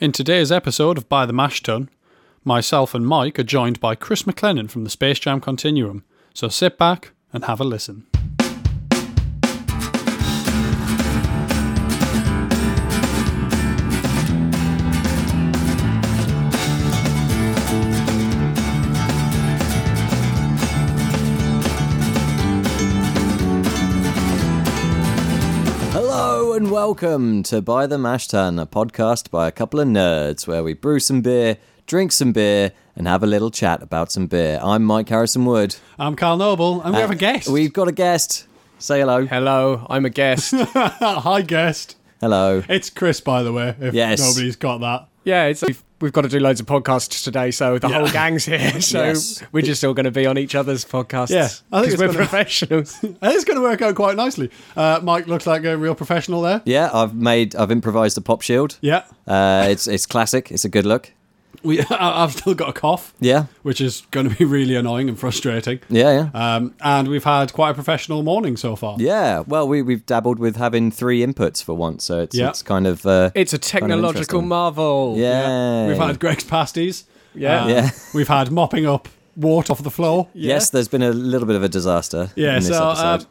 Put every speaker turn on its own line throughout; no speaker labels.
In today's episode of By the Mash Tun, myself and Mike are joined by Chris McLennan from the Space Jam Continuum, so sit back and have a listen.
Hello and welcome to By the Mash Tun, a podcast by a couple of nerds where we brew some beer, drink some beer, and have a little chat about some beer. I'm Mike Harrison Wood.
I'm Carl Noble, and we have a guest.
Uh, We've got a guest. Say hello.
Hello, I'm a guest.
Hi, guest.
Hello.
It's Chris, by the way, if
Yes.
nobody's got that.
yeah, it's we've, we've got to do loads of podcasts today, so the whole gang's here. So
Yes.
we're just all going to be on each other's podcasts.
Yeah, I think
'cause
it's
we're
gonna-
professionals.
It's going to work out quite nicely. Uh, Mike looks like a real professional there.
Yeah, I've made, I've improvised a pop shield.
Yeah.
Uh, it's it's classic. It's a good look.
We, I- I've still got a cough,
Yeah,
which is going to be really annoying and frustrating.
yeah, yeah.
Um, and we've had quite a professional morning so far.
yeah. Well, we we've dabbled with having three inputs for once, so it's
Yeah.
it's kind of uh,
it's a
of
technological
interesting.
marvel.
yeah.
We've had Greg's pasties. Uh,
Yeah.
Yeah.
We've had mopping up wart off the floor.
Yes, there's been a little bit of a disaster.
Yeah.
in this
So, uh,
episode.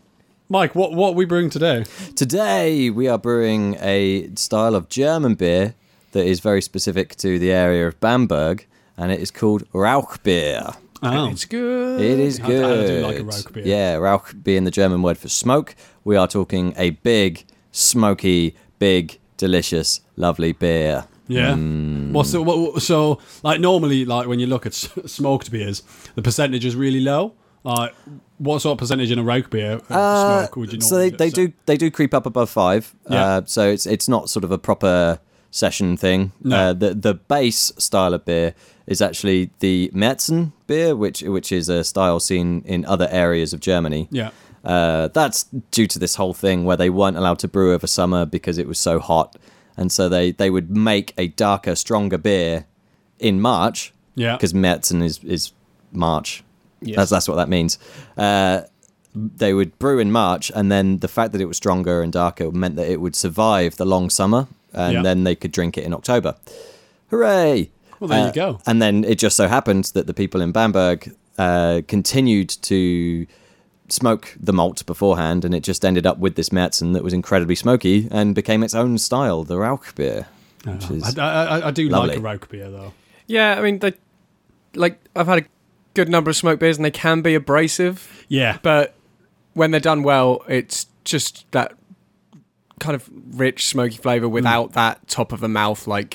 Mike, what what we bring today?
Today we are brewing a style of German beer that is very specific to the area of Bamberg, and it is called Rauchbier.
Oh.
It's good.
It is
I- I
good.
do like a Rauchbier.
Yeah, Rauch being the German word for smoke. We are talking a big, smoky, big, delicious, lovely beer.
Yeah.
Hmm.
Well, so what- what, so like normally, like when you look at s- smoked beers, the percentage is really low. Like, what sort of percentage in a Rauch beer of
Uh,
smoke would you?
so they,
normally
they
say?
do they do creep up above five.
Yeah.
Uh, so it's it's not sort of a proper session thing.
No.
Uh, the the base style of beer is actually the Märzen beer, which which is a style seen in other areas of Germany.
Yeah.
Uh, that's due to this whole thing where they weren't allowed to brew over summer because it was so hot, and so they they would make a darker, stronger beer in March
Yeah.
because Metzen is is March.
Yes.
That's that's what that means. Uh, they would brew in March, and then the fact that it was stronger and darker meant that it would survive the long summer, and
Yeah.
then they could drink it in October. Hooray!
Well, there you
Uh,
go.
And then it just so happened that the people in Bamberg uh, continued to smoke the malt beforehand, and it just ended up with this Märzen that was incredibly smoky and became its own style, the Rauchbier. Which
Uh, I,
is,
I, I- I do like
lovely.
a Rauch beer though.
Yeah, I mean, they like I've had a good number of smoke beers, and they can be abrasive,
Yeah.
but when they're done well, it's just that kind of rich smoky
Mm.
flavor without that top of the mouth like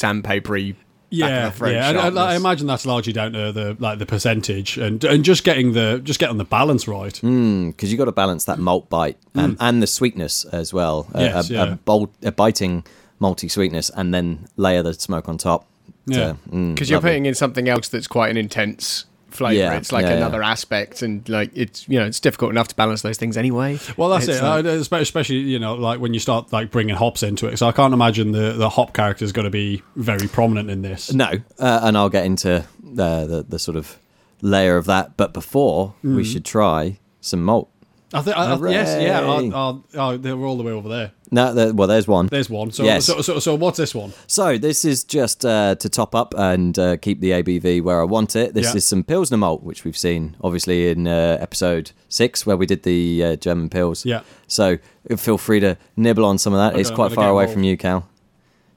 sandpapery. back of
yeah,
the throat
yeah. And I- I,
sharpness.
imagine that's largely down to the like the percentage and and just getting the just getting the balance right.
because you got to balance that malt bite um, and the sweetness as well. A-
Mm. Yes,
a,
yeah.
a, bold, a biting malty sweetness, and then layer the smoke on top. mm,
Yeah.
because you're putting in something else that's quite an intense flavor.
Yeah,
it's like
yeah, yeah.
another aspect, and like it's you know it's difficult enough to balance those things anyway.
Well, that's
It's
it.
like-
I- espe- especially you know, like when you start like bringing hops into it. So I can't imagine the the hop character is going to be very prominent in this.
No, uh, and I'll get into the, the the sort of layer of that. But before
Mm.
we should try some malt.
I think I- I- yes, yeah.
Hooray.
I'll, I'll, I'll- they're all the way over there.
No, there, well, there's one.
There's one. So,
Yes.
so, so, so what's this one?
So this is just uh, to top up and uh, keep the ABV where I want it. This
Yeah.
is some Pilsner malt, which we've seen obviously in uh, episode six where we did the uh, German pills.
Yeah.
So uh, feel free to nibble on some of that.
Okay,
it's
I'm
quite
gonna
far
get
away
involved.
from you, Cal.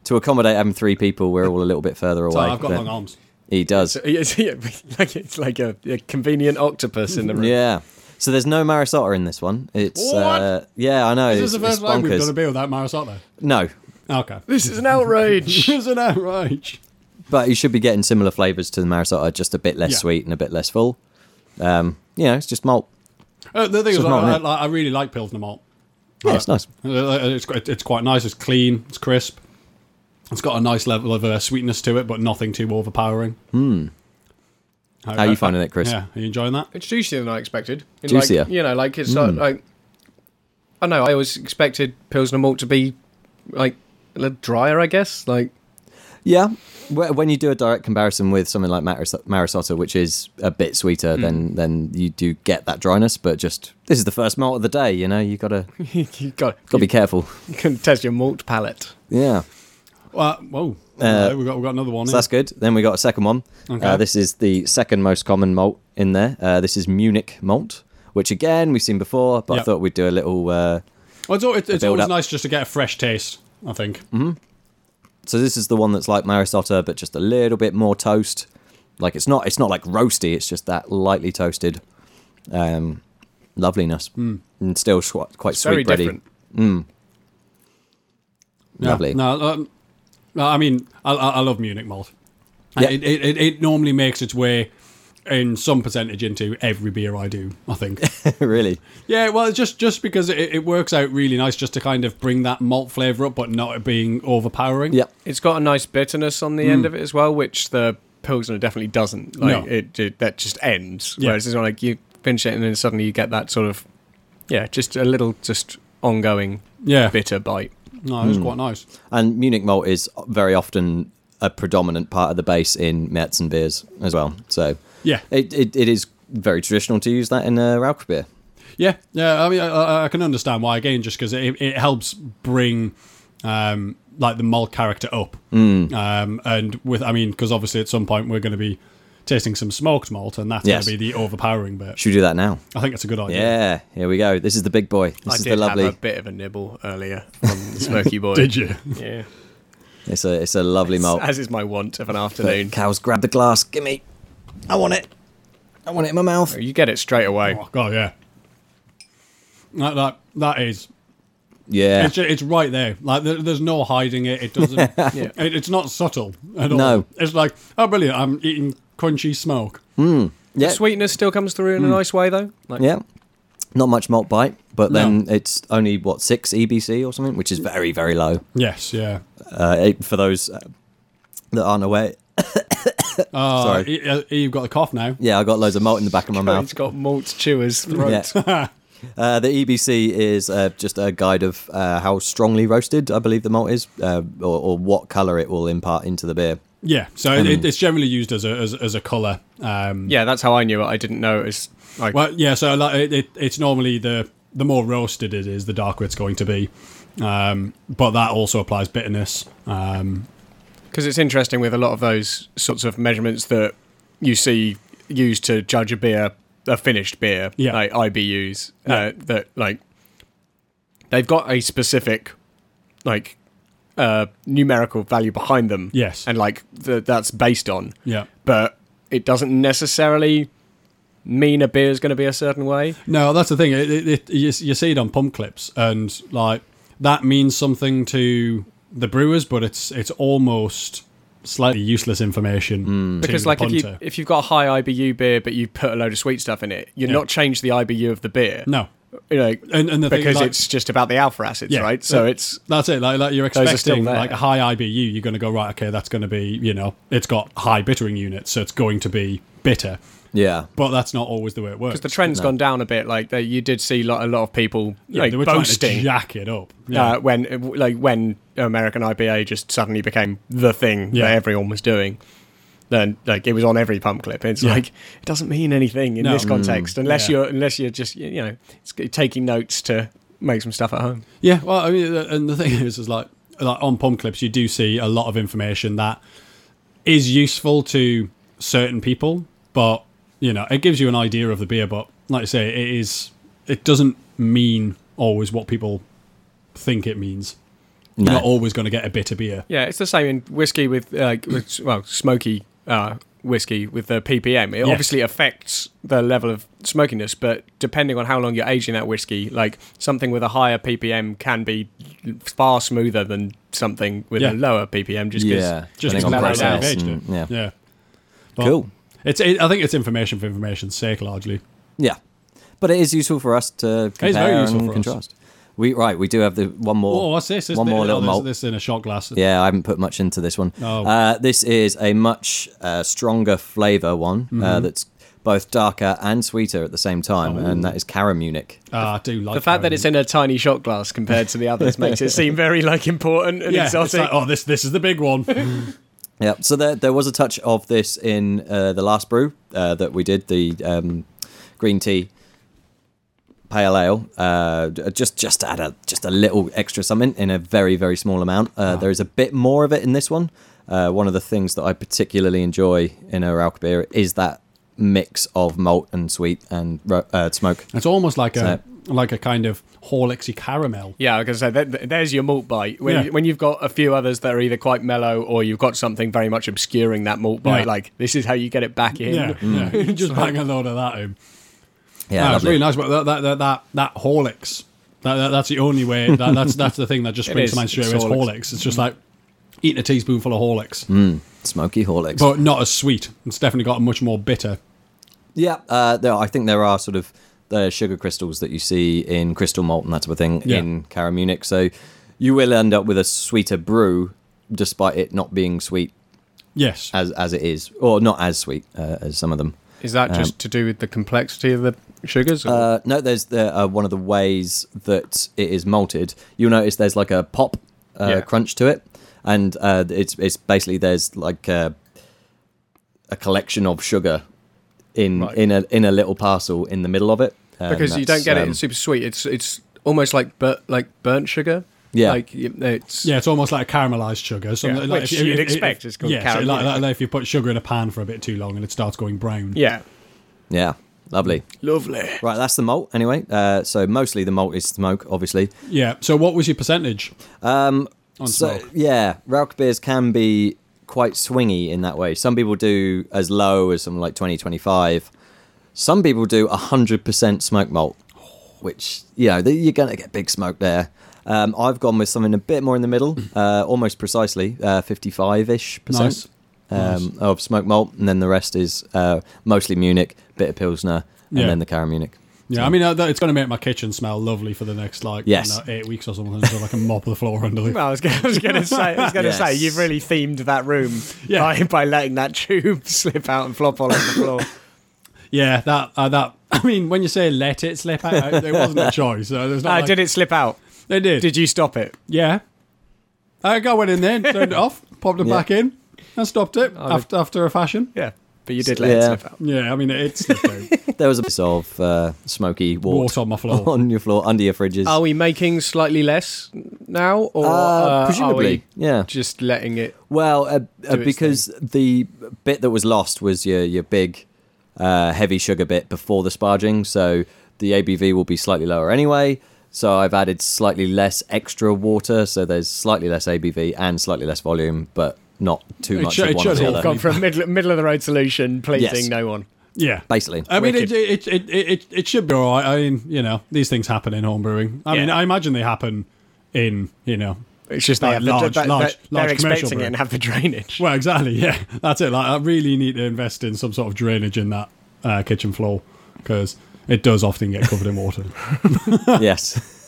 To accommodate having three people, we're all a little bit further away.
So I've got
but
long arms.
He does.
So, yeah, so, yeah, like it's like a, a convenient octopus in the room.
Yeah. So there's no Marisota in this one. It's Uh, yeah, I know.
Is
It's,
this the first
it's
line we've
bonkers.
got to be without Marisotto?
No,
Okay.
This is an outrage.
This is an outrage.
but you should be getting similar flavors to the Marisota, just a bit less
Yeah.
sweet and a bit less full. Um, you know, it's just malt.
Uh, the thing
So
is, I,
not
I,
it.
I really like Pilsner malt.
Yeah, it's nice.
Uh, It's quite, it's quite nice. It's clean. It's crisp. It's got a nice level of uh, sweetness to it, but nothing too overpowering. Hmm.
How are you finding it, Chris?
Yeah, are you enjoying that?
it's juicier than I expected. In
Juicier. Mm.
Like, you know, like it's not like I know. I always expected pilsner malt to be like a little drier. I guess like
Yeah. Wh- When you do a direct comparison with something like Maris- Marisotto, which is a bit
Hmm.
sweeter, then then you do get that dryness. But just this is the first malt of the day. You know, you gotta
you got
gotta be careful.
you can test your malt palate.
Yeah.
Uh, whoa. Okay, we got we got another one.
So
here.
that's good. Then we got a second one.
Okay.
Uh, this is the second most common malt in there. Uh, this is Munich malt, which again we've seen before, but I
Yep.
thought we'd do a little. Uh,
Well, it's al- it's, it's
build
always
up.
nice just to get a fresh taste. I think.
Mm, so this is the one that's like Marisotta, but just a little bit more toast. Like it's not it's not like roasty. It's just that lightly toasted, um, loveliness, and still sw- quite
Hmm. It's
sweet
very
bready.
different.
Yeah.
Lovely.
No, um, no, I mean, I, I I love Munich malt.
Yeah.
It, it, it, it normally makes its way in some percentage into every beer I do. I think.
really,
yeah, well, it's just just because it, it works out really nice, just to kind of bring that malt flavour up, but not it being overpowering.
yep.
It's got a nice bitterness on the end of it as well, which the Pilsner definitely doesn't. Like
Mm. No.
it, it- that just ends.
Yeah.
Whereas it's not like you finish it and then suddenly you get that sort of yeah, just a little just ongoing
Yeah.
bitter bite.
No, it's quite nice.
And Munich malt is very often a predominant part of the base in Märzen beers as well. So
Yeah.
it, it, it is very traditional to use that in a Rauch beer.
Yeah, yeah. I mean, I- I, I can understand why again, just because it, it helps bring um, like the malt character up.
Hmm.
Um, and with, I mean, because obviously at some point we're going to be tasting some smoked malt, and that's
Yes.
going to be the overpowering bit.
Should we do that now?
I think it's a good idea.
Yeah, here we go. This is the big boy. This
I
is
did
the lovely.
have a bit of a nibble earlier on the Smoky Boy.
Did you?
Yeah.
It's a it's a lovely malt.
As is my want of an
Oh. But
afternoon.
cows, grab the glass. Gimme. I want it. I want it in my mouth.
You get it straight away.
Oh god, yeah. That that, that is.
Yeah.
It's, ju- it's right there. Like there, there's no hiding it. It doesn't. it, it's not subtle at all.
No.
It's like oh brilliant. I'm eating crunchy smoke.
Yeah.
Sweetness still comes through
Mm.
in a nice way though. Like,
Yeah. Not much malt bite, but
No.
then it's only what six EBC or something, which is very very low.
Yes. Yeah.
Uh, it- for those uh, that aren't aware,
Uh,
Sorry.
E- uh, you've got the cough now.
yeah, I got loads of malt in the back of my mouth.
It's got malt chewers throat.
Yeah. Uh, the EBC is uh, just a guide of uh, how strongly roasted I believe the malt is, uh, or, or what color it will impart into the beer.
Yeah, so
Hmm.
it- it, it's generally used as a as, as a color. Um,
Yeah, that's how I knew it. I didn't know it was like
well, yeah, so like it, it, it's normally the the more roasted it is, the darker it's going to be. Um, but that also applies bitterness. Um,
because it's interesting with a lot of those sorts of measurements that you see used to judge a beer, a finished beer,
Yeah.
like IBUs, uh, that like they've got a specific like uh, numerical value behind them.
Yes.
and like th- that's based on,
yeah,
but it doesn't necessarily mean a beer is going to be a certain way.
no, that's the thing. It, it, it, you, you see it on pump clips, and like that means something to the brewers, but it's it's almost slightly useless information to
because
the
like if you
punter.
if you've got a high IBU beer but you put a load of sweet stuff in it, you're
Yeah.
not changed the IBU of the beer.
no,
you know,
and and the thing is,
because
like-
it's just about the alpha acids,
Yeah.
right? So
Uh,
it's
That's it. Like, like you're
Those are still
expecting
there.
like a high IBU, you're going to go right. Okay, that's going to be you know it's got high bittering units, so it's going to be bitter.
Yeah.
But that's not always the way it works.
because the trend's gone down a bit. Like they, you did see lot, a lot of people
yeah,
like,
they were trying to
boasting
jack it up.
uh, when like when American IPA just suddenly became the thing
Yeah.
that everyone was doing. Then like it was on every pump clip. It's
Yeah.
like it doesn't mean anything in
No.
this context unless
Yeah.
you're unless you're just you know it's taking notes to make some stuff at home.
Yeah, well, I mean, uh, and the thing is, is like, like on pump clips, you do see a lot of information that is useful to certain people, but you know, it gives you an idea of the beer. But like I say, it is, it doesn't mean always what people think it means. You're
No.
not always going to get a bitter beer.
Yeah, it's the same in whiskey with like with, well smoky uh, whiskey with the ppm. It
Yes.
obviously affects the level of smokiness, but depending on how long you're aging that whiskey, like something with a higher ppm can be far smoother than something with
Yeah.
a lower ppm. Just 'cause-
yeah.
just
Depending
because
on
of
because
how
that
process
they've aged it.
and- yeah.
yeah. But
Cool.
It's. It, I think it's information for information's sake largely.
Yeah, but it is useful for us to compare
very useful
and
for us.
contrast. We right, we do have the one more.
Oh, what's this? This-
one more
oh,
little
there's
malt.
This in a shot glass.
Yeah, I haven't put much into this one.
Oh.
Uh, this is a much uh, stronger flavour one uh,
Mm-hmm.
that's both darker and sweeter at the same time,
Oh.
and that is Caramunic.
Ah, I do like
The fact that it's in a tiny shot glass compared to the others makes it seem very like important and
yeah, it's
exotic.
like, oh, this this is the big one.
Yeah, so there, there was a touch of this in uh, the last brew uh, that we did, the um, green tea pale ale, uh, d- just just to add a just a little extra something in a very very small amount.
Ah.
Uh, There is a bit more of it in this one. Uh, one of the things that I particularly enjoy in a Rauch beer is that mix of malt and sweet and ro- uh, smoke.
It's almost like a like a kind of Horlicksy caramel.
Yeah, like I said, th- th- there's your malt bite. When,
Yeah.
when you've got a few others that are either quite mellow or you've got something very much obscuring that malt bite,
Yeah.
like this is how you get it back in. Mm.
Yeah, yeah. just bang a load of that in.
Yeah,
Ah, that's
lovely.
really nice. But that that that that, that Horlicks, that, that, that's the only way. That, that's that's the thing that just springs
is.
to mind straight
It's
away. It's
Horlicks.
Horlicks. It's just like eating a teaspoonful of Horlicks,
smoky Horlicks.
but not as sweet. It's definitely got a much more bitter.
Yeah, uh, there, I think there are sort of the sugar crystals that you see in crystal malt and that sort of thing
Yeah.
in Caramunic. So you will end up with a sweeter brew, despite it not being sweet
Yes,
as as it is, or not as sweet uh, as some of them.
Is that just to do with the complexity of the sugars? or-
Um, Uh, no, there's the uh, one of the ways that it is malted. You'll notice there's like a pop uh,
Yeah.
crunch to it, and uh, it's it's basically there's like a, a collection of sugar in
Right.
in a in a little parcel in the middle of it. and
because you don't
that's,
get it.
um,
It's super sweet. It's it's almost like bur- like burnt sugar.
Yeah.
like y- it's
yeah, it's almost like a caramelized sugar. So
Yeah,
like
which you'd expect. It's called
yeah, so
caramel.
like, like- like if you put sugar in a pan for a bit too long and it starts going brown.
yeah,
Yeah, lovely.
Mm.
lovely.
Right, that's the malt anyway. Uh, so mostly the malt is smoke, obviously.
Yeah. So what was your percentage?
Um,
On
so
smoke.
yeah, Rauch beers can be quite swingy in that way. Some people do as low as something like 20, 25. Some people do 100% smoke malt, which, you know, th- you're going to get big smoke there. Um, I've gone with something a bit more in the middle,
Mm.
uh, almost precisely uh, 55-ish percent
Nice.
um, of smoke malt. And then the rest is uh, mostly Munich, bit of Pilsner, and
Yeah.
then the Cara Munich.
Yeah, I mean, uh, that- it's going to make my kitchen smell lovely for the next like I
Yes.
don't know, eight weeks or something, so I can mop the floor under the.
Well, I was going to say, I was going to
Yes.
say, you've really themed that room
Yeah.
by, by letting that tube slip out and flop all over the floor.
Yeah, that uh, that. I mean, when you say let it slip out, uh, there wasn't a choice. Uh, there's not.
uh,
like-
did it slip out?
They did.
Did you stop it?
Yeah. I got went in there, turned it off, popped it
Yeah.
back in, and stopped it
Oh,
after after a fashion.
Yeah, but you did let it
Yeah.
slip out.
Yeah, I mean, it slipped out.
There was a bit of uh, smoky wort
Wart on my floor.
on your floor, under your fridges.
Oh,
Are we making slightly less now, or
Uh,
uh,
presumably,
are we
yeah.
just letting it?
Well, uh, uh,
its
because the bit that was lost was your your big, uh, heavy sugar bit before the sparging, so the ABV will be slightly lower anyway. So I've added slightly less extra water, so there's slightly less ABV and slightly less volume, but not too
It
much
should-
of
it
one or
should
the
have
other.
gone-
Gone for a middle, middle of the road solution, pleasing
Yes.
no one.
Yeah.
Basically,
I mean, it,
Wicked.
it, it, it, it, it should be all right. I mean, you know, these things happen in home brewing. I mean,
Yeah.
I imagine they happen in, you know,
It's just they
Like
have
large-
the, they-
large-
they're
large commercial
expecting
brew.
it and have the drainage.
well, exactly. Yeah, that's it. Like, I really need to invest in some sort of drainage in that uh, kitchen floor because it does often get covered in water.
yes.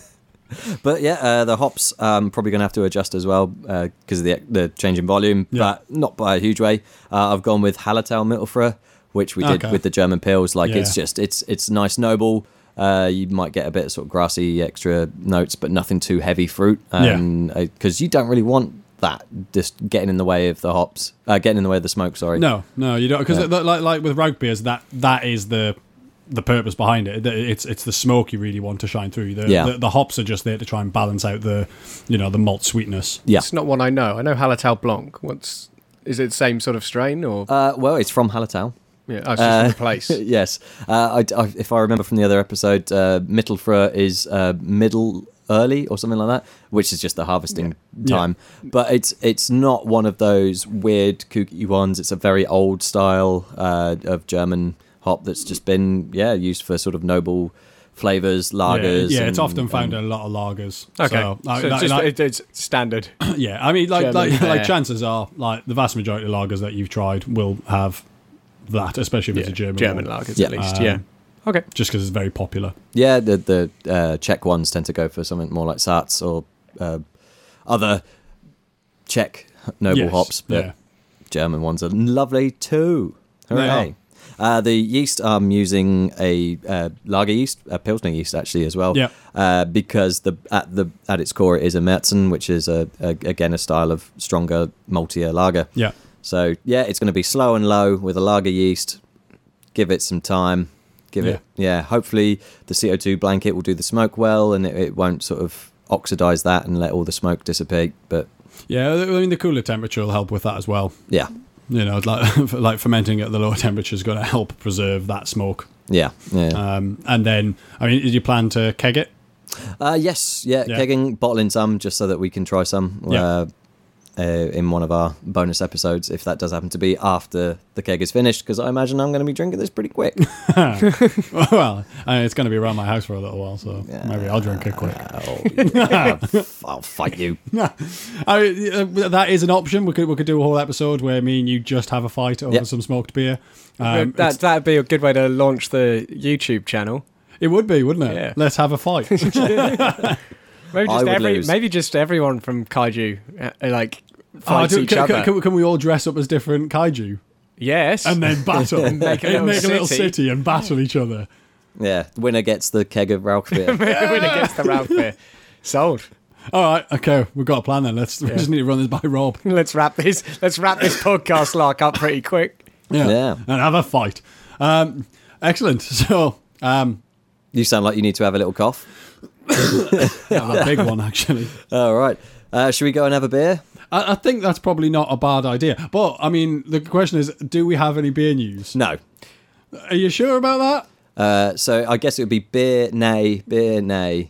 But yeah, uh, the hops um, probably going to have to adjust as well because of the the change in volume,
Yeah.
but not by a huge way. Uh, I've gone with Hallertau Mittelfrau, which we did
Okay.
with the German pills. Like it's
Yeah.
just it's it's nice, noble. Uh, you might get a bit of sort of grassy extra notes, but nothing too heavy fruit. Um, because you don't really want that just getting in the way of the hops, uh, getting in the way of the smoke. Sorry.
No, no, you don't. Because
Yeah.
like like with rogue beers, that that is the the purpose behind it. That It's it's the smoke you really want to shine through. The,
Yeah.
the, the hops are just there to try and balance out the you know the malt sweetness.
Yeah.
It's not one I know. I know Hallertau Blanc. What's is it the same sort of strain or
Uh, well, it's from Hallertau.
yeah, oh, it's just
Uh,
the place?
yes. Uh, I, I- if I remember from the other episode, uh, Mittelfrö is uh, middle early or something like that, which is just the harvesting
Yeah.
time. But it's it's not one of those weird kooky ones. It's a very old style uh, of German hop that's just been yeah used for sort of noble flavors, lagers.
yeah, yeah it's
and-
often found in a lot of lagers.
Okay,
so, like,
so it's
like-
just-
like-
it- it's standard.
yeah. I mean, like
German
like,
fare.
like chances are, like the vast majority of lagers that you've tried will have that, especially if it's a German one,
lagers
Yeah.
at least.
Um,
yeah. Okay.
just because it's very popular.
Yeah, the the uh, Czech ones tend to go for something more like Sats or uh, other Czech noble
Yes,
hops, but
yeah.
German ones are lovely too. Hooray! Uh, the yeast I'm using a uh, lager yeast, a pilsner yeast actually as well.
Yeah.
Uh, because the at the at its core it is a Märzen, which is a, a again a style of stronger, maltier lager.
Yeah.
So yeah, it's going to be slow and low with a lager yeast. Give it some time. give
Yeah.
it. Yeah, hopefully the CO2 blanket will do the smoke well, and it, it won't sort of oxidize that and let all the smoke dissipate. But
Yeah, I mean the cooler temperature will help with that as well.
yeah,
You know, like like fermenting at the lower temperature is going to help preserve that smoke.
yeah, yeah.
Um, and then, I mean, did you plan to keg it?
Uh, yes, yeah,
Yeah.
kegging, bottling some just so that we can try some
Yeah.
uh, uh, in one of our bonus episodes if that does happen to be after the keg is finished, because I imagine I'm going to be drinking this pretty quick.
well, I mean, it's going to be around my house for a little while, so maybe I'll drink it quick.
Oh, yeah, I'll fight you.
I mean, uh, that is an option. We could we could do a whole episode where me and you just have a fight over
Yeah.
some smoked beer. Um,
Uh, That that that'd be a good way to launch the YouTube channel.
it would be, wouldn't it?
Yeah.
Let's have a fight.
Maybe
I
just
would
every,
lose.
maybe just everyone from Kaiju uh, uh, like
Oh,
fights
do-
each
can,
other.
can- can- can we all dress up as different kaiju
yes,
and then battle and
make a little city.
and battle each other?
Yeah, winner gets the keg of Ralph beer.
win against the round beer. Sold.
All right, okay, we've got a plan then. Let's we just need to run this by Rob.
Let's wrap this. Let's wrap this podcast lark up pretty quick.
Yeah,
Yeah.
and have a fight. Um, excellent. So. Um,
you sound like you need to have a little cough.
yeah, that big one actually.
All right. Uh, should we go and have a beer?
I, I think that's probably not a bad idea. But I mean, the question is, do we have any beer news?
No.
Are you sure about that?
Uh, so I guess it would be beer, nay, beer, nay.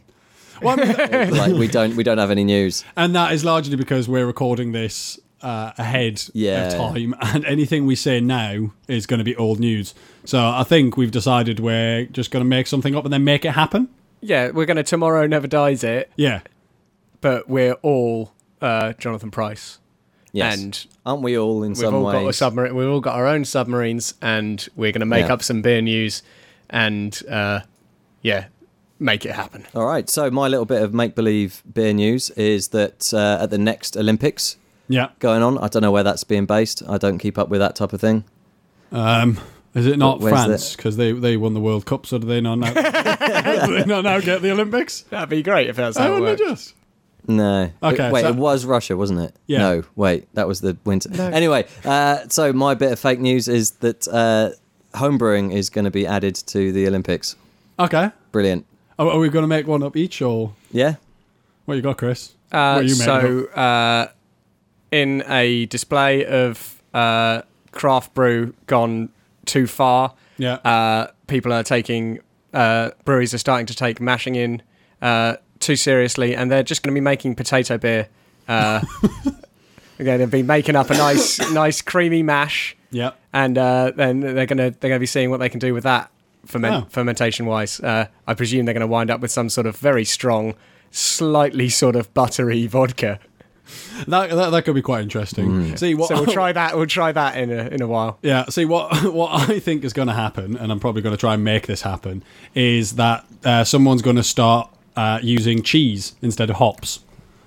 Well, I mean,
like we don't we don't have any news.
and that is largely because we're recording this uh, ahead
Yeah.
of time, and anything we say now is going to be old news. So I think we've decided we're just going to make something up and then make it happen.
Yeah, we're gonna tomorrow never dies it,
Yeah,
but we're all uh, Jonathan Price,
Yes.
and
Aren't we all in
we've
some
all
ways?
got a submarine. We've all got our own submarines, and we're gonna make
Yeah.
up some beer news, and uh, yeah, make it happen.
All right. So my little bit of make believe beer news is that uh, at the next Olympics
yeah.
going on, I don't know where that's being based. I don't keep up with that type of thing.
Um, is it not
Where's
France? Because they they won the World Cup, so do they not now? do they not now get the Olympics?
That'd be great if that's
I
how it
wouldn't
worked.
it just.
No.
Okay,
It- wait,
so-
it was Russia, wasn't it?
Yeah.
No, wait, that was the winter. Anyway, uh, so my bit of fake news is that uh, homebrewing is going to be added to the Olympics.
Okay.
Brilliant.
Are, are we going to make one up each, or
Yeah.
what you got, Chris?
Uh,
what you making up?
so, uh, in a display of uh, craft brew gone too far,
yeah.
uh, people are taking uh, breweries are starting to take mashing in uh, too seriously, and they're just going to be making potato beer. Uh, they're going to be making up a nice, nice creamy mash,
yeah.
and uh, then they're going to they're going to be seeing what they can do with that ferment,
Oh.
fermentation wise. Uh, I presume they're going to wind up with some sort of very strong, slightly sort of buttery vodka.
That, that that could be quite interesting.
Mm.
See what
So we'll try that. We'll try that in a in a while.
Yeah, see what what I think is going to happen, and I'm probably going to try and make this happen, is that uh, someone's going to start uh, using cheese instead of hops.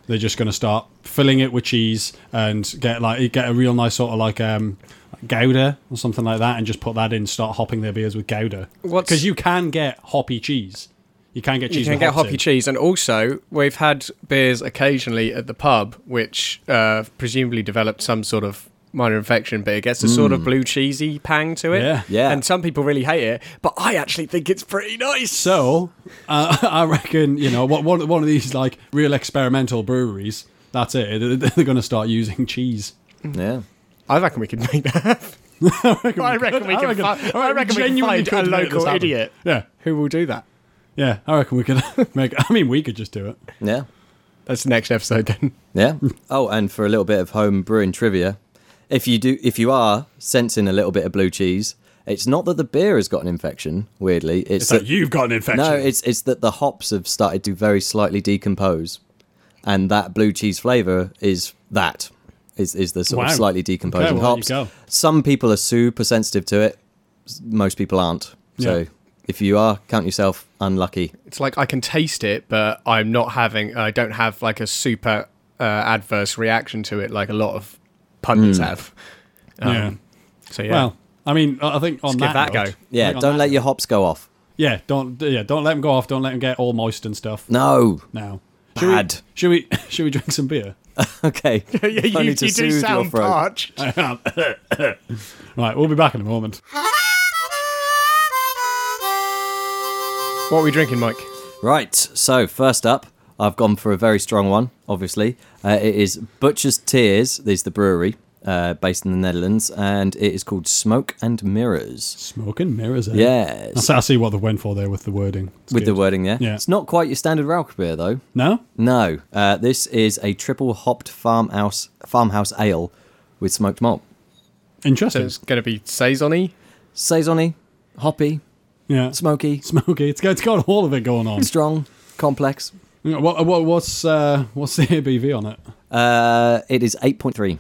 They're just going to start filling it with cheese and get like get a real nice sort of like um, gouda or something like that, and just put that in. Start hopping their beers with gouda
What's-
because you can get hoppy cheese. You can get cheese.
You can
with
get
hops
hoppy
in.
cheese, and also we've had beers occasionally at the pub, which uh, presumably developed some sort of minor infection, but it gets a sort of blue cheesy pang to it.
Yeah.
Yeah.
And some people really hate it, but I actually think it's pretty nice.
So uh, I reckon you know what one one of these like real experimental breweries. That's it. They're, they're going to start using cheese.
Yeah.
I reckon we could make that. I reckon we
I
can.
reckon-
fi-
I
I reckon we can
genuinely
find a
could make this
local
happen.
idiot
Yeah,
who will do that.
yeah. I reckon we could make. I mean, we could just do it.
Yeah.
That's the next episode then.
Yeah.
Hmm.
Oh, and for a little bit of home brewing trivia, if you do, if you are sensing a little bit of blue cheese, it's not that the beer has got an infection. Weirdly, it's,
It's
that,
like you've got an infection.
no, it's it's that the hops have started to very slightly decompose, and that blue cheese flavour is that is is the sort
Wow.
of slightly
well,
decomposing
there you
hops.
go.
Some people are super sensitive to it. S- Most people aren't. So
Yeah.
if you are, count yourself unlucky.
It's like I can taste it, but I'm not having. I don't have like a super uh, adverse reaction to it, like a lot of pundits have. Um,
yeah.
So yeah.
Well, I mean, I I think on
give that
note-
a go.
I
Yeah,
think on
don't
that-
let your hops go off.
Yeah, don't. Yeah, don't let them go off. Don't let them get all moist and stuff.
No.
Now,
Bad.
should we should we drink some beer?
Okay.
yeah, you,
Only
you
to
do
soothe your
sound
throat.
parched.
right, we'll be back in a moment.
Thank you.
What are we drinking, Mike?
Right, so first up, I've gone for a very strong one, obviously. Uh, it is Butcher's Tears, is the brewery uh, based in the Netherlands, and it is called Smoke and Mirrors.
Smoke and mirrors. Eh?
Yes.
I see, I see what they went for there with the wording. It's
With the
good.
wording there.
Yeah.
It's not quite your standard Rauch beer, though.
No?
No, uh, this is a triple hopped farmhouse farmhouse ale with smoked malt.
So
Interesting.
it's going to be saisony.
Saisony, hoppy,
Yeah.
smoky,
Smoky. It's got, it's got all of it going on.
strong, complex.
What, what, what's uh, what's the ABV on it?
Uh, it is 8.3.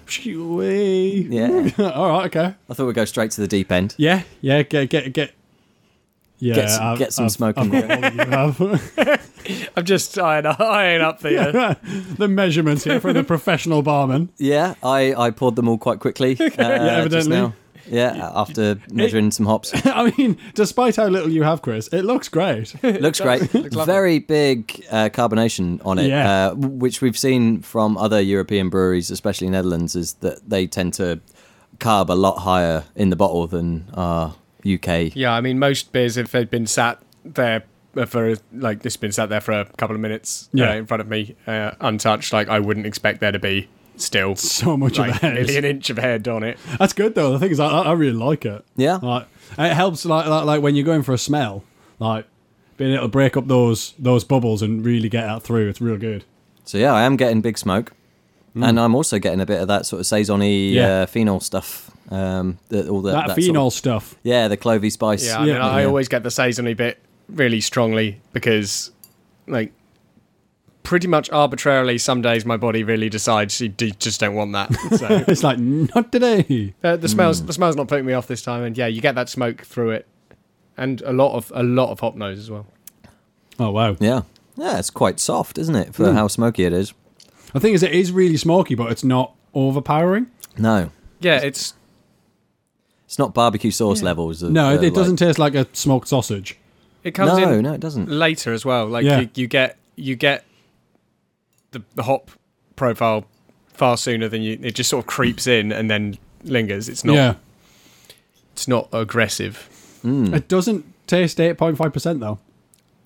Shoo-wee.
Yeah.
all right. Okay.
I thought we'd go straight to the deep end.
Yeah. Yeah. Get get get. Yeah.
Get some- get some smoke in
got all you have.
I'm just eyeing, eyeing up the. Uh,
the measurements here for the professional barman.
Yeah, I, I poured them all quite quickly. Uh, Just
evidently.
now. Yeah, after measuring some hops.
I mean, despite how little you have, Chris, it looks great.
Looks great.
lovely.
Very big uh, carbonation on it,
Yeah.
uh, w- which we've seen from other European breweries, especially Netherlands, is that they tend to carb a lot higher in the bottle than our UK.
yeah, I mean, most beers, if they'd been sat there for like this, been sat there for a couple of minutes uh,
Yeah.
in front of me, uh, untouched, like I wouldn't expect there to be still
So much
like
of that.
nearly
is-
an inch of head on it.
That's good though. The thing is, I, I I really like it.
Yeah.
Like, it helps like, like like when you're going for a smell, like being able to break up those those bubbles and really get that through. It's real good.
So yeah, I am getting big smoke, and I'm also getting a bit of that sort of saisony
Yeah.
uh, phenol stuff. Um, that, all that,
That,
that sort of-
phenol stuff.
yeah, the clovey spice.
Yeah, I, mean,
Yeah.
I
Yeah.
always get the saisony bit really strongly because, like, pretty much arbitrarily, some days my body really decides you do, just don't want that. So
It's like not today.
uh, the smells, the smells not putting me off this time, and yeah, you get that smoke through it, and a lot of a lot of hop nose as well.
Oh wow.
yeah, yeah. It's quite soft, isn't it, for
Hmm.
how smoky it is?
The thing is, it is really smoky, but it's not overpowering.
No,
Yeah, it's
It's not barbecue sauce levels. Of,
No,
uh,
it, it
like-
doesn't taste like a smoked sausage.
it comes
No,
in
no, it doesn't.
later as well. Like
Yeah.
you, you get you get the, the hop profile far sooner than you. It just sort of creeps in and then lingers. It's not.
Yeah,
It's not aggressive. Hmm.
it doesn't taste eight point five percent though.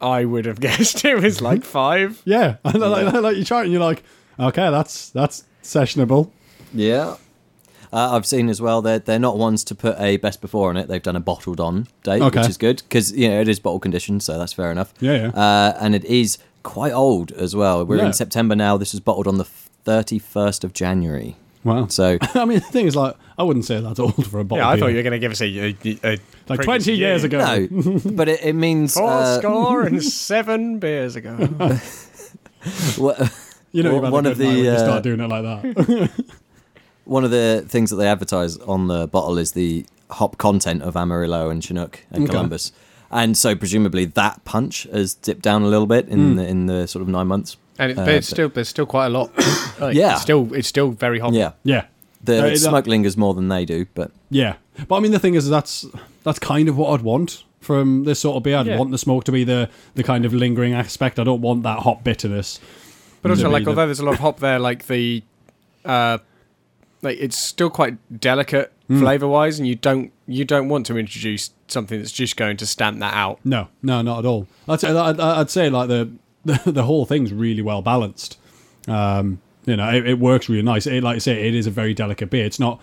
I would have guessed it was
Mm-hmm.
like five.
Yeah, like, like, like you try it and you're like, okay, that's that's sessionable.
Yeah. Uh, I've seen as well that they're not ones to put a best before on it. They've done a bottled on date, which
Okay.
is good because you know it is bottle conditioned, so that's fair enough.
Yeah, yeah.
Uh, and it is quite old as well. We're
Yeah.
in September now. This was bottled on the thirty first of January.
Wow.
So
I mean, the thing is, like, I wouldn't say that's old for a bottle.
Yeah, I
of
thought you
beer.
were going to give us a, a, a
like
previous
twenty
year.
years ago.
no, but it, it means
Oh,
Four
uh,
score and seven beers ago.
wha-
You know,
Well,
you've had
one
a
of
good night
the,
when you
uh,
start doing it like that.
one of the things that they advertise on the bottle is the hop content of Amarillo and Chinook and
Okay.
Columbus, and so presumably that punch has dipped down a little bit
Hmm.
in the, in the sort of nine months.
And it,
Uh,
but it's still there's still quite a lot. Like,
Yeah.
it's still it's still very hot.
Yeah,
yeah,
the
Uh, it-
smoke lingers more than they do, but
yeah. But I mean, the thing is, that's that's kind of what I'd want from this sort of beer. I'd
Yeah.
want the smoke to be the the kind of lingering aspect. I don't want that hot bitterness.
But also,
Yeah.
like although there's a lot of hop there, like the, uh, like it's still quite delicate
Hmm.
flavor wise, and you don't you don't want to introduce something that's just going to stamp that out.
No, no, not at all. I'd say, I'd, I'd say like the, the the whole thing's really well balanced. Um, you know, it, it works really nice. It, like I say, it is a very delicate beer. It's not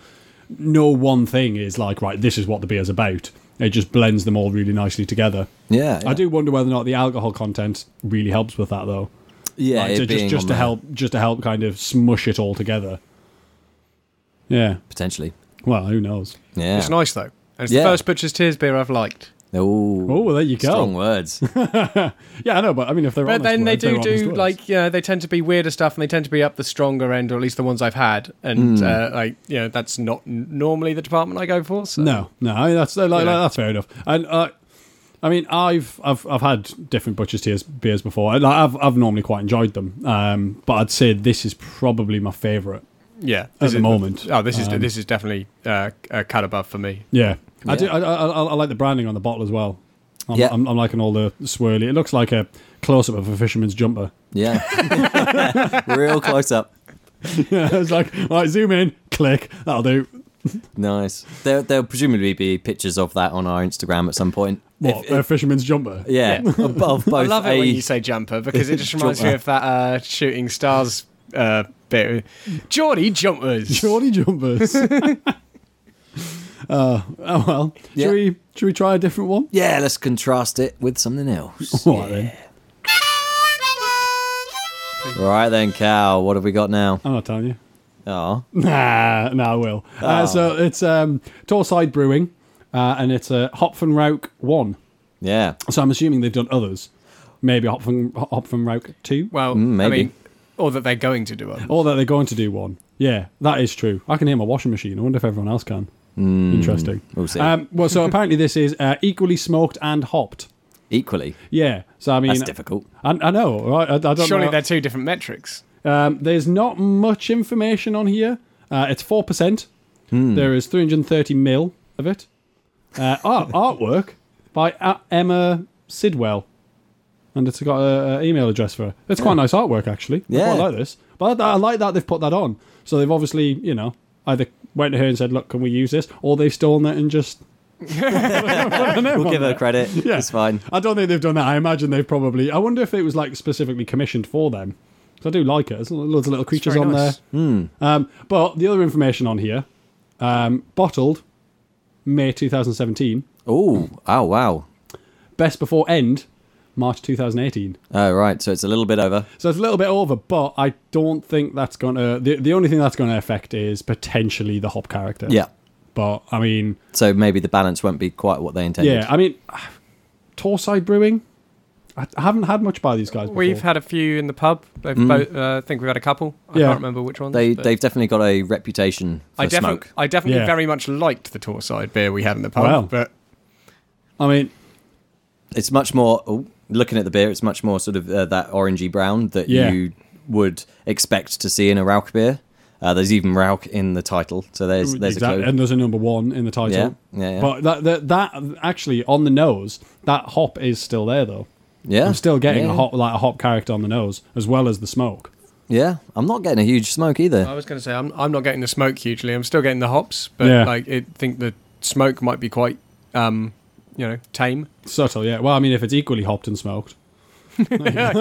no one thing is like right. This is what the beer's about. It just blends them all really nicely together.
yeah, yeah.
I do wonder whether or not the alcohol content really helps with that though.
Yeah,
Like,
it
to just
being
just
on
to
there,
help just to help kind of smush it all together. Yeah.
potentially.
Well, who knows?
Yeah.
It's nice though, and it's
Yeah.
the first Butcher's Tears beer I've liked.
Oh,
Oh, well, there you go.
strong words.
Yeah, I know, but I mean, if they're
But
honest
then they
words, they're
do
honest
do
words.
like you know they tend to be weirder stuff and they tend to be up the stronger end or at least the ones I've had and
Hmm.
uh, like you know that's not n- normally the department I go for. So.
No, no, I mean, that's like, like,
Yeah.
that's fair enough. And uh, I mean, I've I've I've had different butchers' tears beers before, and I've I've normally quite enjoyed them. Um, but I'd say this is probably my favourite.
yeah,
the
this is-
moment.
Oh, this is
Um,
this is definitely uh, a cut above for me.
Yeah, I do.
Yeah.
I, I, I, I like the branding on the bottle as well. I'm,
Yeah.
I'm, I'm liking all the swirly. It looks like a close up of a fisherman's jumper.
yeah, real close up.
it's like right, zoom in, click, that'll do.
Nice. There, there'll presumably be pictures of that on our Instagram at some point.
What
if-
a fisherman's jumper?
Yeah,
Yeah.
of both
I love it
a
when you say jumper because it just reminds me
Jumper.
of that uh, shooting stars uh, bit. Geordie jumpers.
Shorty jumpers. uh, oh well.
Yeah.
Should we should we try a different one?
yeah. Let's contrast it with something else.
All right then.
right then, Cal. What have we got now?
I'm not telling you.
Oh,
Nah, nah, I will. Uh, so it's um, Torside Brewing, uh, and it's a Hopfen Rauk one.
yeah.
So I'm assuming they've done others. Maybe Hopfen Hopfen Rauk two,
Well,
Mm,
I
maybe.
mean, or that they're going to do it.
or that they're going to do one. Yeah, that is true. I can hear my washing machine. I wonder if everyone else can. Interesting.
Hmm. We'll see.
Um, well, so apparently this is uh, equally smoked and hopped.
Equally,
Yeah. So I mean,
that's difficult.
I, I know. Right? I, I don't
Surely
know.
they're two different metrics.
Um, there's not much information on here. Uh, it's four percent.
Hmm.
There is 330 mil of it. Uh, art, artwork by A- Emma Sidwell, and it's got an email address for her. It's quite nice artwork, actually. I
Yeah.
quite like this, but I, I like that they've put that on. So they've obviously, you know, either went to her and said, "Look, can we use this?" or they've stolen it and just.
We'll give her credit.
Yeah.
It's fine.
I don't think they've done that. I imagine they've probably. I wonder if it was like specifically commissioned for them. 'Cause I do like it. There's loads of little creatures
very
on
nice.
there. Um, but the other information on here, um, bottled May 2017,
Oh, oh wow.
best before end March 2018.
Oh right, so it's a little bit over.
So it's a little bit over, but I don't think that's gonna. The, the only thing that's gonna affect is potentially the hop character.
Yeah.
But I mean,
So maybe the balance won't be quite what they intended.
yeah, I mean, Torside Brewing. I I haven't had much by these guys. Before.
We've had a few in the pub. They've both, uh, I think we've had a couple. I
Yeah.
can't remember which ones.
They
but-
they've definitely got a reputation for
I, defi-
smoke.
I definitely
Yeah.
very much liked the Torside beer we had in the pub.
Wow.
But
I mean,
It's much more oh, looking at the beer. It's much more sort of uh, that orangey brown that
Yeah.
you would expect to see in a Rauk beer. Uh, there's even Rauk in the title, so there's there's
exactly,
a clue.
and there's a number one in the title.
Yeah, yeah, yeah.
But that, that that actually on the nose, that hop is still there though.
yeah,
I'm still getting
yeah.
a hop like a hop character on the nose as well as the smoke.
Yeah, I'm not getting a huge smoke
I
either.
was going to say, I'm, I'm not getting the smoke hugely. I'm still getting the hops, but
Yeah.
like, I think the smoke might be quite, um, you know, tame.
Subtle, yeah. Well, I mean, if it's equally hopped and smoked,
I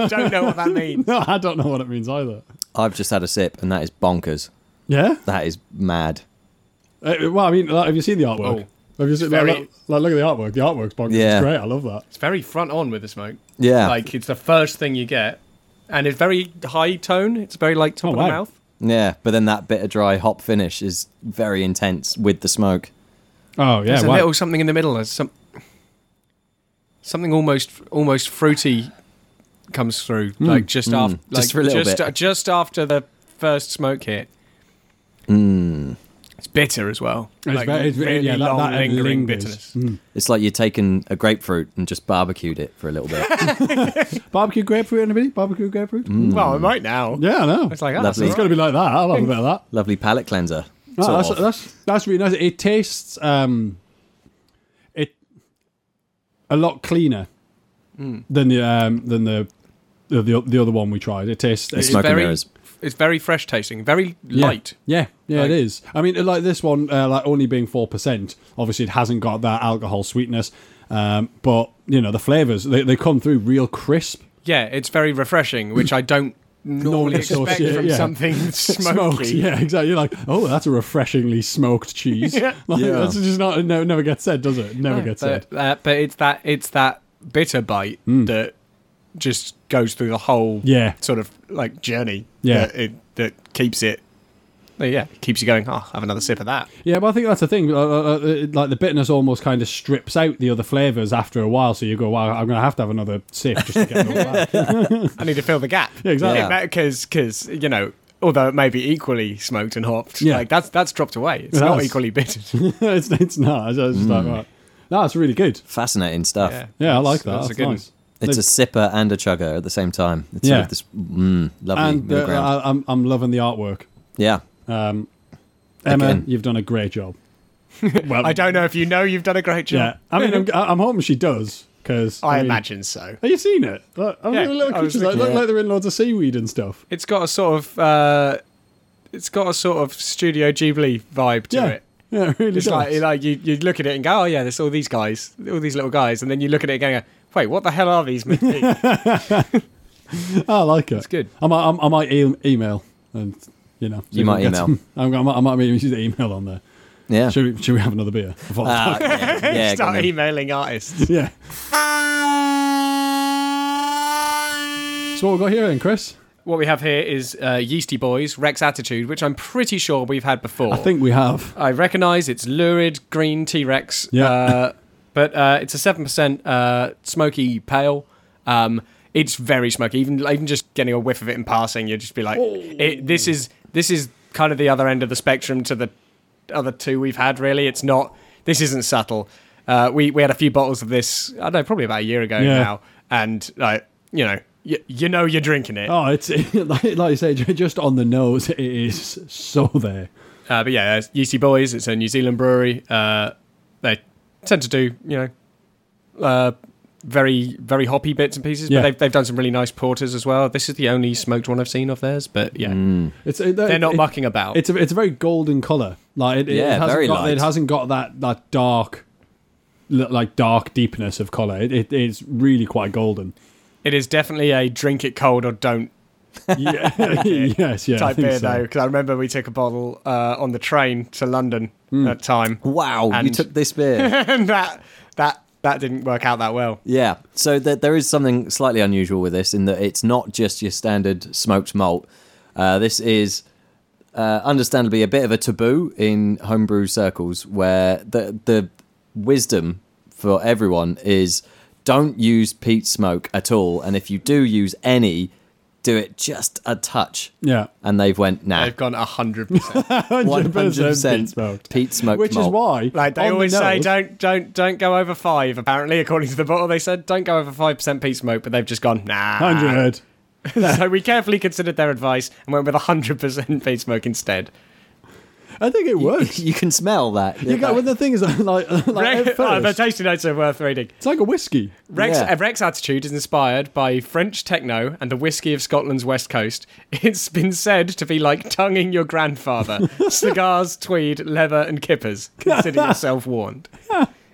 don't know what that means.
no, I don't know what it means either.
I've just had a sip, and that is bonkers.
Yeah.
That is mad.
Uh, well, I mean, like, have you seen the artwork?
Oh.
have you seen?
Very-
Like, like, look at the artwork. The artwork's bonkers.
Yeah.
It's great. I love that.
It's very front on with the smoke.
Yeah,
Like it's the first thing you get, and it's very high tone. It's very like top
Oh,
of
wow.
the mouth.
yeah. But then that bitter dry hop finish is very intense with the smoke.
Oh yeah.
There's a
wow.
little something in the middle. There's some something almost almost fruity comes through.
Hmm.
Like just after, like
Just for a little
Mm. just,
bit.
uh, just after the first smoke hit. It's bitter as well.
Hmm. It's
like
very- it's very-
really
yeah, that-
long
that and
lingering
lingers.
bitterness.
It's like you're taking a grapefruit and just barbecued it for a little bit.
Barbecue grapefruit. Anybody? Barbecue grapefruit.
Well, I might now.
Hmm. Yeah, I know.
Mm. It's like oh,
Lovely.
it's
that's all
got to be like that. I love a bit of that.
Lovely palate cleanser.
No,
sort
Ah, that's,
of.
that's that's really nice. It tastes um, it a lot cleaner
Mm.
than the um, than the, the the the other one we tried. It tastes
It's
it-
smoke and
very-
mirrors.
right. It's very fresh tasting, very
yeah.
light.
Yeah, yeah,
Like-
it is. I mean, like this one, uh, like only being four percent. Obviously, it hasn't got that alcohol sweetness, um, but you know the flavors they, they come through real crisp.
Yeah, it's very refreshing, which I don't normally
associate,
expect from
yeah.
something smoky.
Smoked, yeah, exactly. You're like, oh, that's a refreshingly smoked cheese.
Yeah.
Like,
Yeah.
that's just not. No, never gets said, does it? Never gets said.
But, uh, but it's that it's that bitter bite that just goes through the whole
Yeah.
sort of like journey.
Yeah.
that, it, that keeps it. Yeah, keeps you going. Oh, have another sip of that.
Yeah, but I think that's the thing. uh, uh, uh, Like the bitterness almost kind of strips out the other flavors after a while, so you go, "Wow, I'm going to have to have another sip just to get all that."
I need to fill the gap.
Yeah, exactly.
Yeah.
Because because you know. Although it may be equally smoked and hopped,
Yeah.
like that's that's dropped away. It's
It
not
has.
equally bitter.
it's, it's not. It's just like, right. No, it's really good.
Fascinating stuff.
Yeah, I like that.
That's
That's,
a good one.
nice.
It's a sipper and a chugger at the same time. It's sort
Yeah.
of this mm, lovely
And
middle
uh,
ground.
I, I'm I'm loving the artwork.
yeah.
Um, Emma,
Again.
you've done a great job. well,
I don't know if you know you've done a great
Yeah,
job.
I mean, I'm, I'm hoping she does because
I
mean,
imagine so.
Have you seen it? Look, I mean,
Yeah,
little
I was
creatures like,
looking-
look like they're in loads of seaweed and stuff.
It's got a sort of uh, it's got a sort of Studio Ghibli vibe to
Yeah.
it.
Yeah, it really
It's
does.
like, like you, you look at it and go, oh yeah, there's all these guys, all these little guys, and then you look at it again and go, wait, what the hell are these? mincemeat?"
I like it. It's
good.
I might, I, I might e- email and you know. see
You
if
might
we can get
email.
some- I'm, gonna- I might, I might maybe use the email on there.
Yeah.
Should we, should we have another beer? before the
Ah,
Uh.
podcast?
yeah, yeah, go on
Start
then.
emailing artists.
yeah. So what we got here, then, Chris?
What we have here is uh, Yeasty Boys Rex Attitude, which I'm pretty sure we've had before.
I think we have.
I recognise it's lurid green T Rex.
Yeah.
Uh, but uh, it's a seven percent uh, smoky pale. Um, it's very smoky. Even even just getting a whiff of it in passing, you'd just be like, it, "This is this is kind of the other end of the spectrum to the other two we've had. Really, it's not. This isn't subtle. Uh, we we had a few bottles of this. I don't know, probably about a year ago
Yeah.
now, and like you know, you, you know, you're drinking it.
Oh, it's like, like you say, ju- just on the nose. It is so there.
Uh, but yeah, it's Yeasty Boys. It's a New Zealand brewery. Uh, they tend to do you know uh, very very hoppy bits and pieces.
Yeah.
But they've they've done some really nice porters as well. This is the only smoked one I've seen of theirs. But yeah,
It's it,
they're not
Mm. it,
mucking about.
It's a it's a very golden color. Like it, it
Yeah,
hasn't
very
got,
light.
It hasn't got that that dark, li- like dark deepness of color. It, it it's really quite golden.
it is definitely a drink it cold or don't
Yeah, yes, yeah. I
type
think
beer
so.
though. Because I remember we took a bottle uh, on the train to London
Mm.
that time,
Wow, you
And-
took this beer.
and that that that didn't work out that well.
Yeah. So th- there is something slightly unusual with this in that it's not just your standard smoked malt. Uh, this is uh, understandably a bit of a taboo in homebrew circles where the the wisdom for everyone is don't use peat smoke at all and if you do use any do it just a touch.
Yeah,
And they've went nah.
They've gone hundred percent.
100%
peat smoked.
peat smoked
which is
malt.
why,
Like
on
they
the
always say,
nose-
don't don't don't go over five. Apparently, according to the bottle, they said don't go over five percent peat smoke, but they've just gone nah.
hundred.
Ah. so we carefully considered their advice and went with hundred percent peat smoke instead.
I think it works.
you can smell that.
You got, well, the thing is, like, like
Rex,
at
oh, the
first,
tasty notes are worth reading.
it's like a whiskey.
Rex,
Yeah.
uh, Rex Attitude is inspired by French techno and the whiskey of Scotland's west coast. It's been said to be like tonguing your grandfather. Cigars, tweed, leather, and kippers. Consider yourself warned.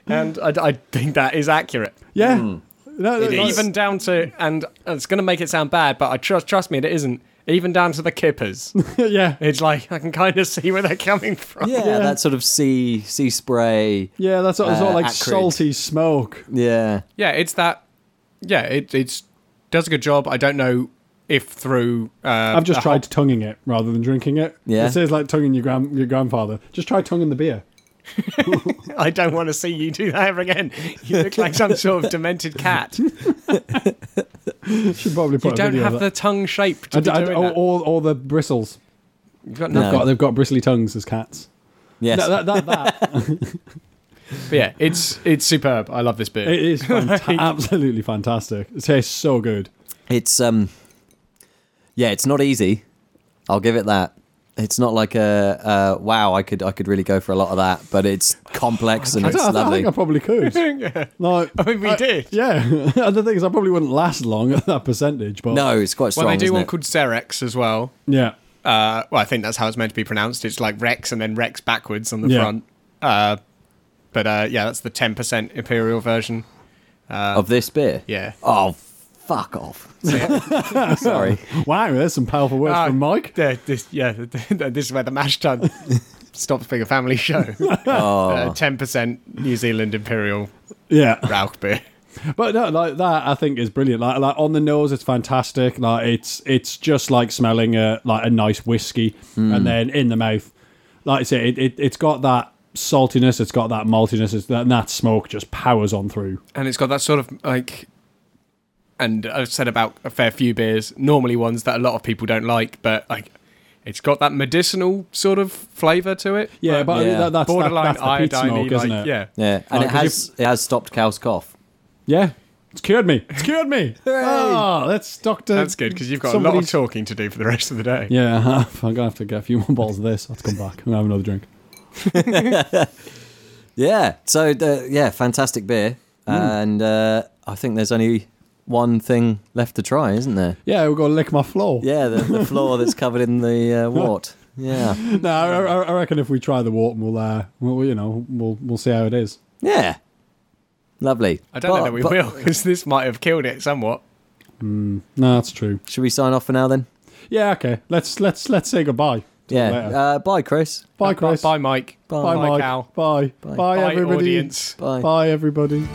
And I, I think that is accurate.
Yeah,
Hmm.
no, no, like-
even down to and it's going to make it sound bad but i trust trust me it isn't even down to the kippers
yeah,
it's like i can kind of see where they're coming from
yeah,
Yeah.
that sort of sea sea spray.
yeah. That's all, it's all
Uh,
like
acrid.
salty smoke.
Yeah.
yeah it's that yeah it it's does a good job i don't know if through uh
I've just
the
tried tonguing it rather than drinking it.
Uh-huh. Yeah.
it says like tonguing your grand your grandfather. Just try tonguing the beer.
whole- i don't want to see you do that ever again you look like some sort of demented cat you
Should probably put a
don't
video
have
of
the
that.
tongue shape to
I d-
be
I d-
doing
all,
that.
all, all the bristles.
You've got
They've
nothing.
got, they've got bristly tongues as cats.
Yes.
No, that, that, that
But yeah it's it's superb i love this beer
it is fanta- absolutely fantastic. It tastes so good.
It's um yeah, it's not easy. I'll give it that. It's not like a, a wow, I could I could really go for a lot of that, but it's complex and
I,
it's
don't- I think- I
lovely.
think I probably could. Like,
I mean, we did.
Yeah. and the thing is, I probably wouldn't last long at that percentage. But
No, it's quite strong.
well they do
isn't
one
it?
called Xerex as well
Yeah.
uh, well, I think that's how it's meant to be pronounced. It's like Rex and then Rex backwards on the
Yeah.
front. Uh, but uh, yeah, that's the 10% Imperial version.
of this beer.
Yeah.
Oh, fuck off. Sorry.
Wow, there's some powerful words
Ah,
from Mike.
Yeah, this, yeah, this is where the mash tun stops being a family show.
Oh.
Uh, 10% New Zealand Imperial
Yeah.
Rauch beer.
But no, like that, I think is brilliant. Like, like on the nose, it's fantastic. Like it's it's just like smelling a like a nice whiskey, and then in the mouth, like I say, it, it it's got that saltiness, it's got that maltiness, it's, that that smoke just powers on through.
And it's got that sort of like. And I've said about a fair few beers, normally ones that a lot of people don't like, but like. It's got that medicinal sort of flavour to it.
Yeah,
Like,
but
Yeah.
That, that's that,
borderline
that's the peat
iodine-y,
smoke, isn't
like,
it?
Yeah.
Yeah. And
Oh,
it
'cause you-
has it has stopped cow's cough.
yeah. It's cured me. It's cured me.
Hooray.
oh, that's doctor.
That's good because you've got a lot of
somebody's-
talking to do for the rest of the day.
Yeah, I have. I'm gonna have to get a few more bottles of this. I'll have to come back. I'm gonna have another drink.
Yeah. So the yeah, fantastic beer.
Hmm.
And uh, I think there's only one thing left to try, isn't there?
Yeah, we're gonna lick my floor.
Yeah, the, the floor that's covered in the uh, wart. Yeah.
No, I, I I reckon if we try the wort, we'll, uh, we'll you know, we'll we'll see how it is.
Yeah. Lovely.
I don't know
But-
that we
but-
will because this might have killed it somewhat.
No, that's true.
Should we sign off for now then?
Yeah, okay. Let's let's let's say goodbye. Till
Yeah.
later.
Uh, bye, Chris.
bye, Chris.
Bye, Mike.
Bye,
Bye,
Mike.
Cal.
Bye. Bye,
Bye,
everybody.
audience.
Bye.
Bye, everybody.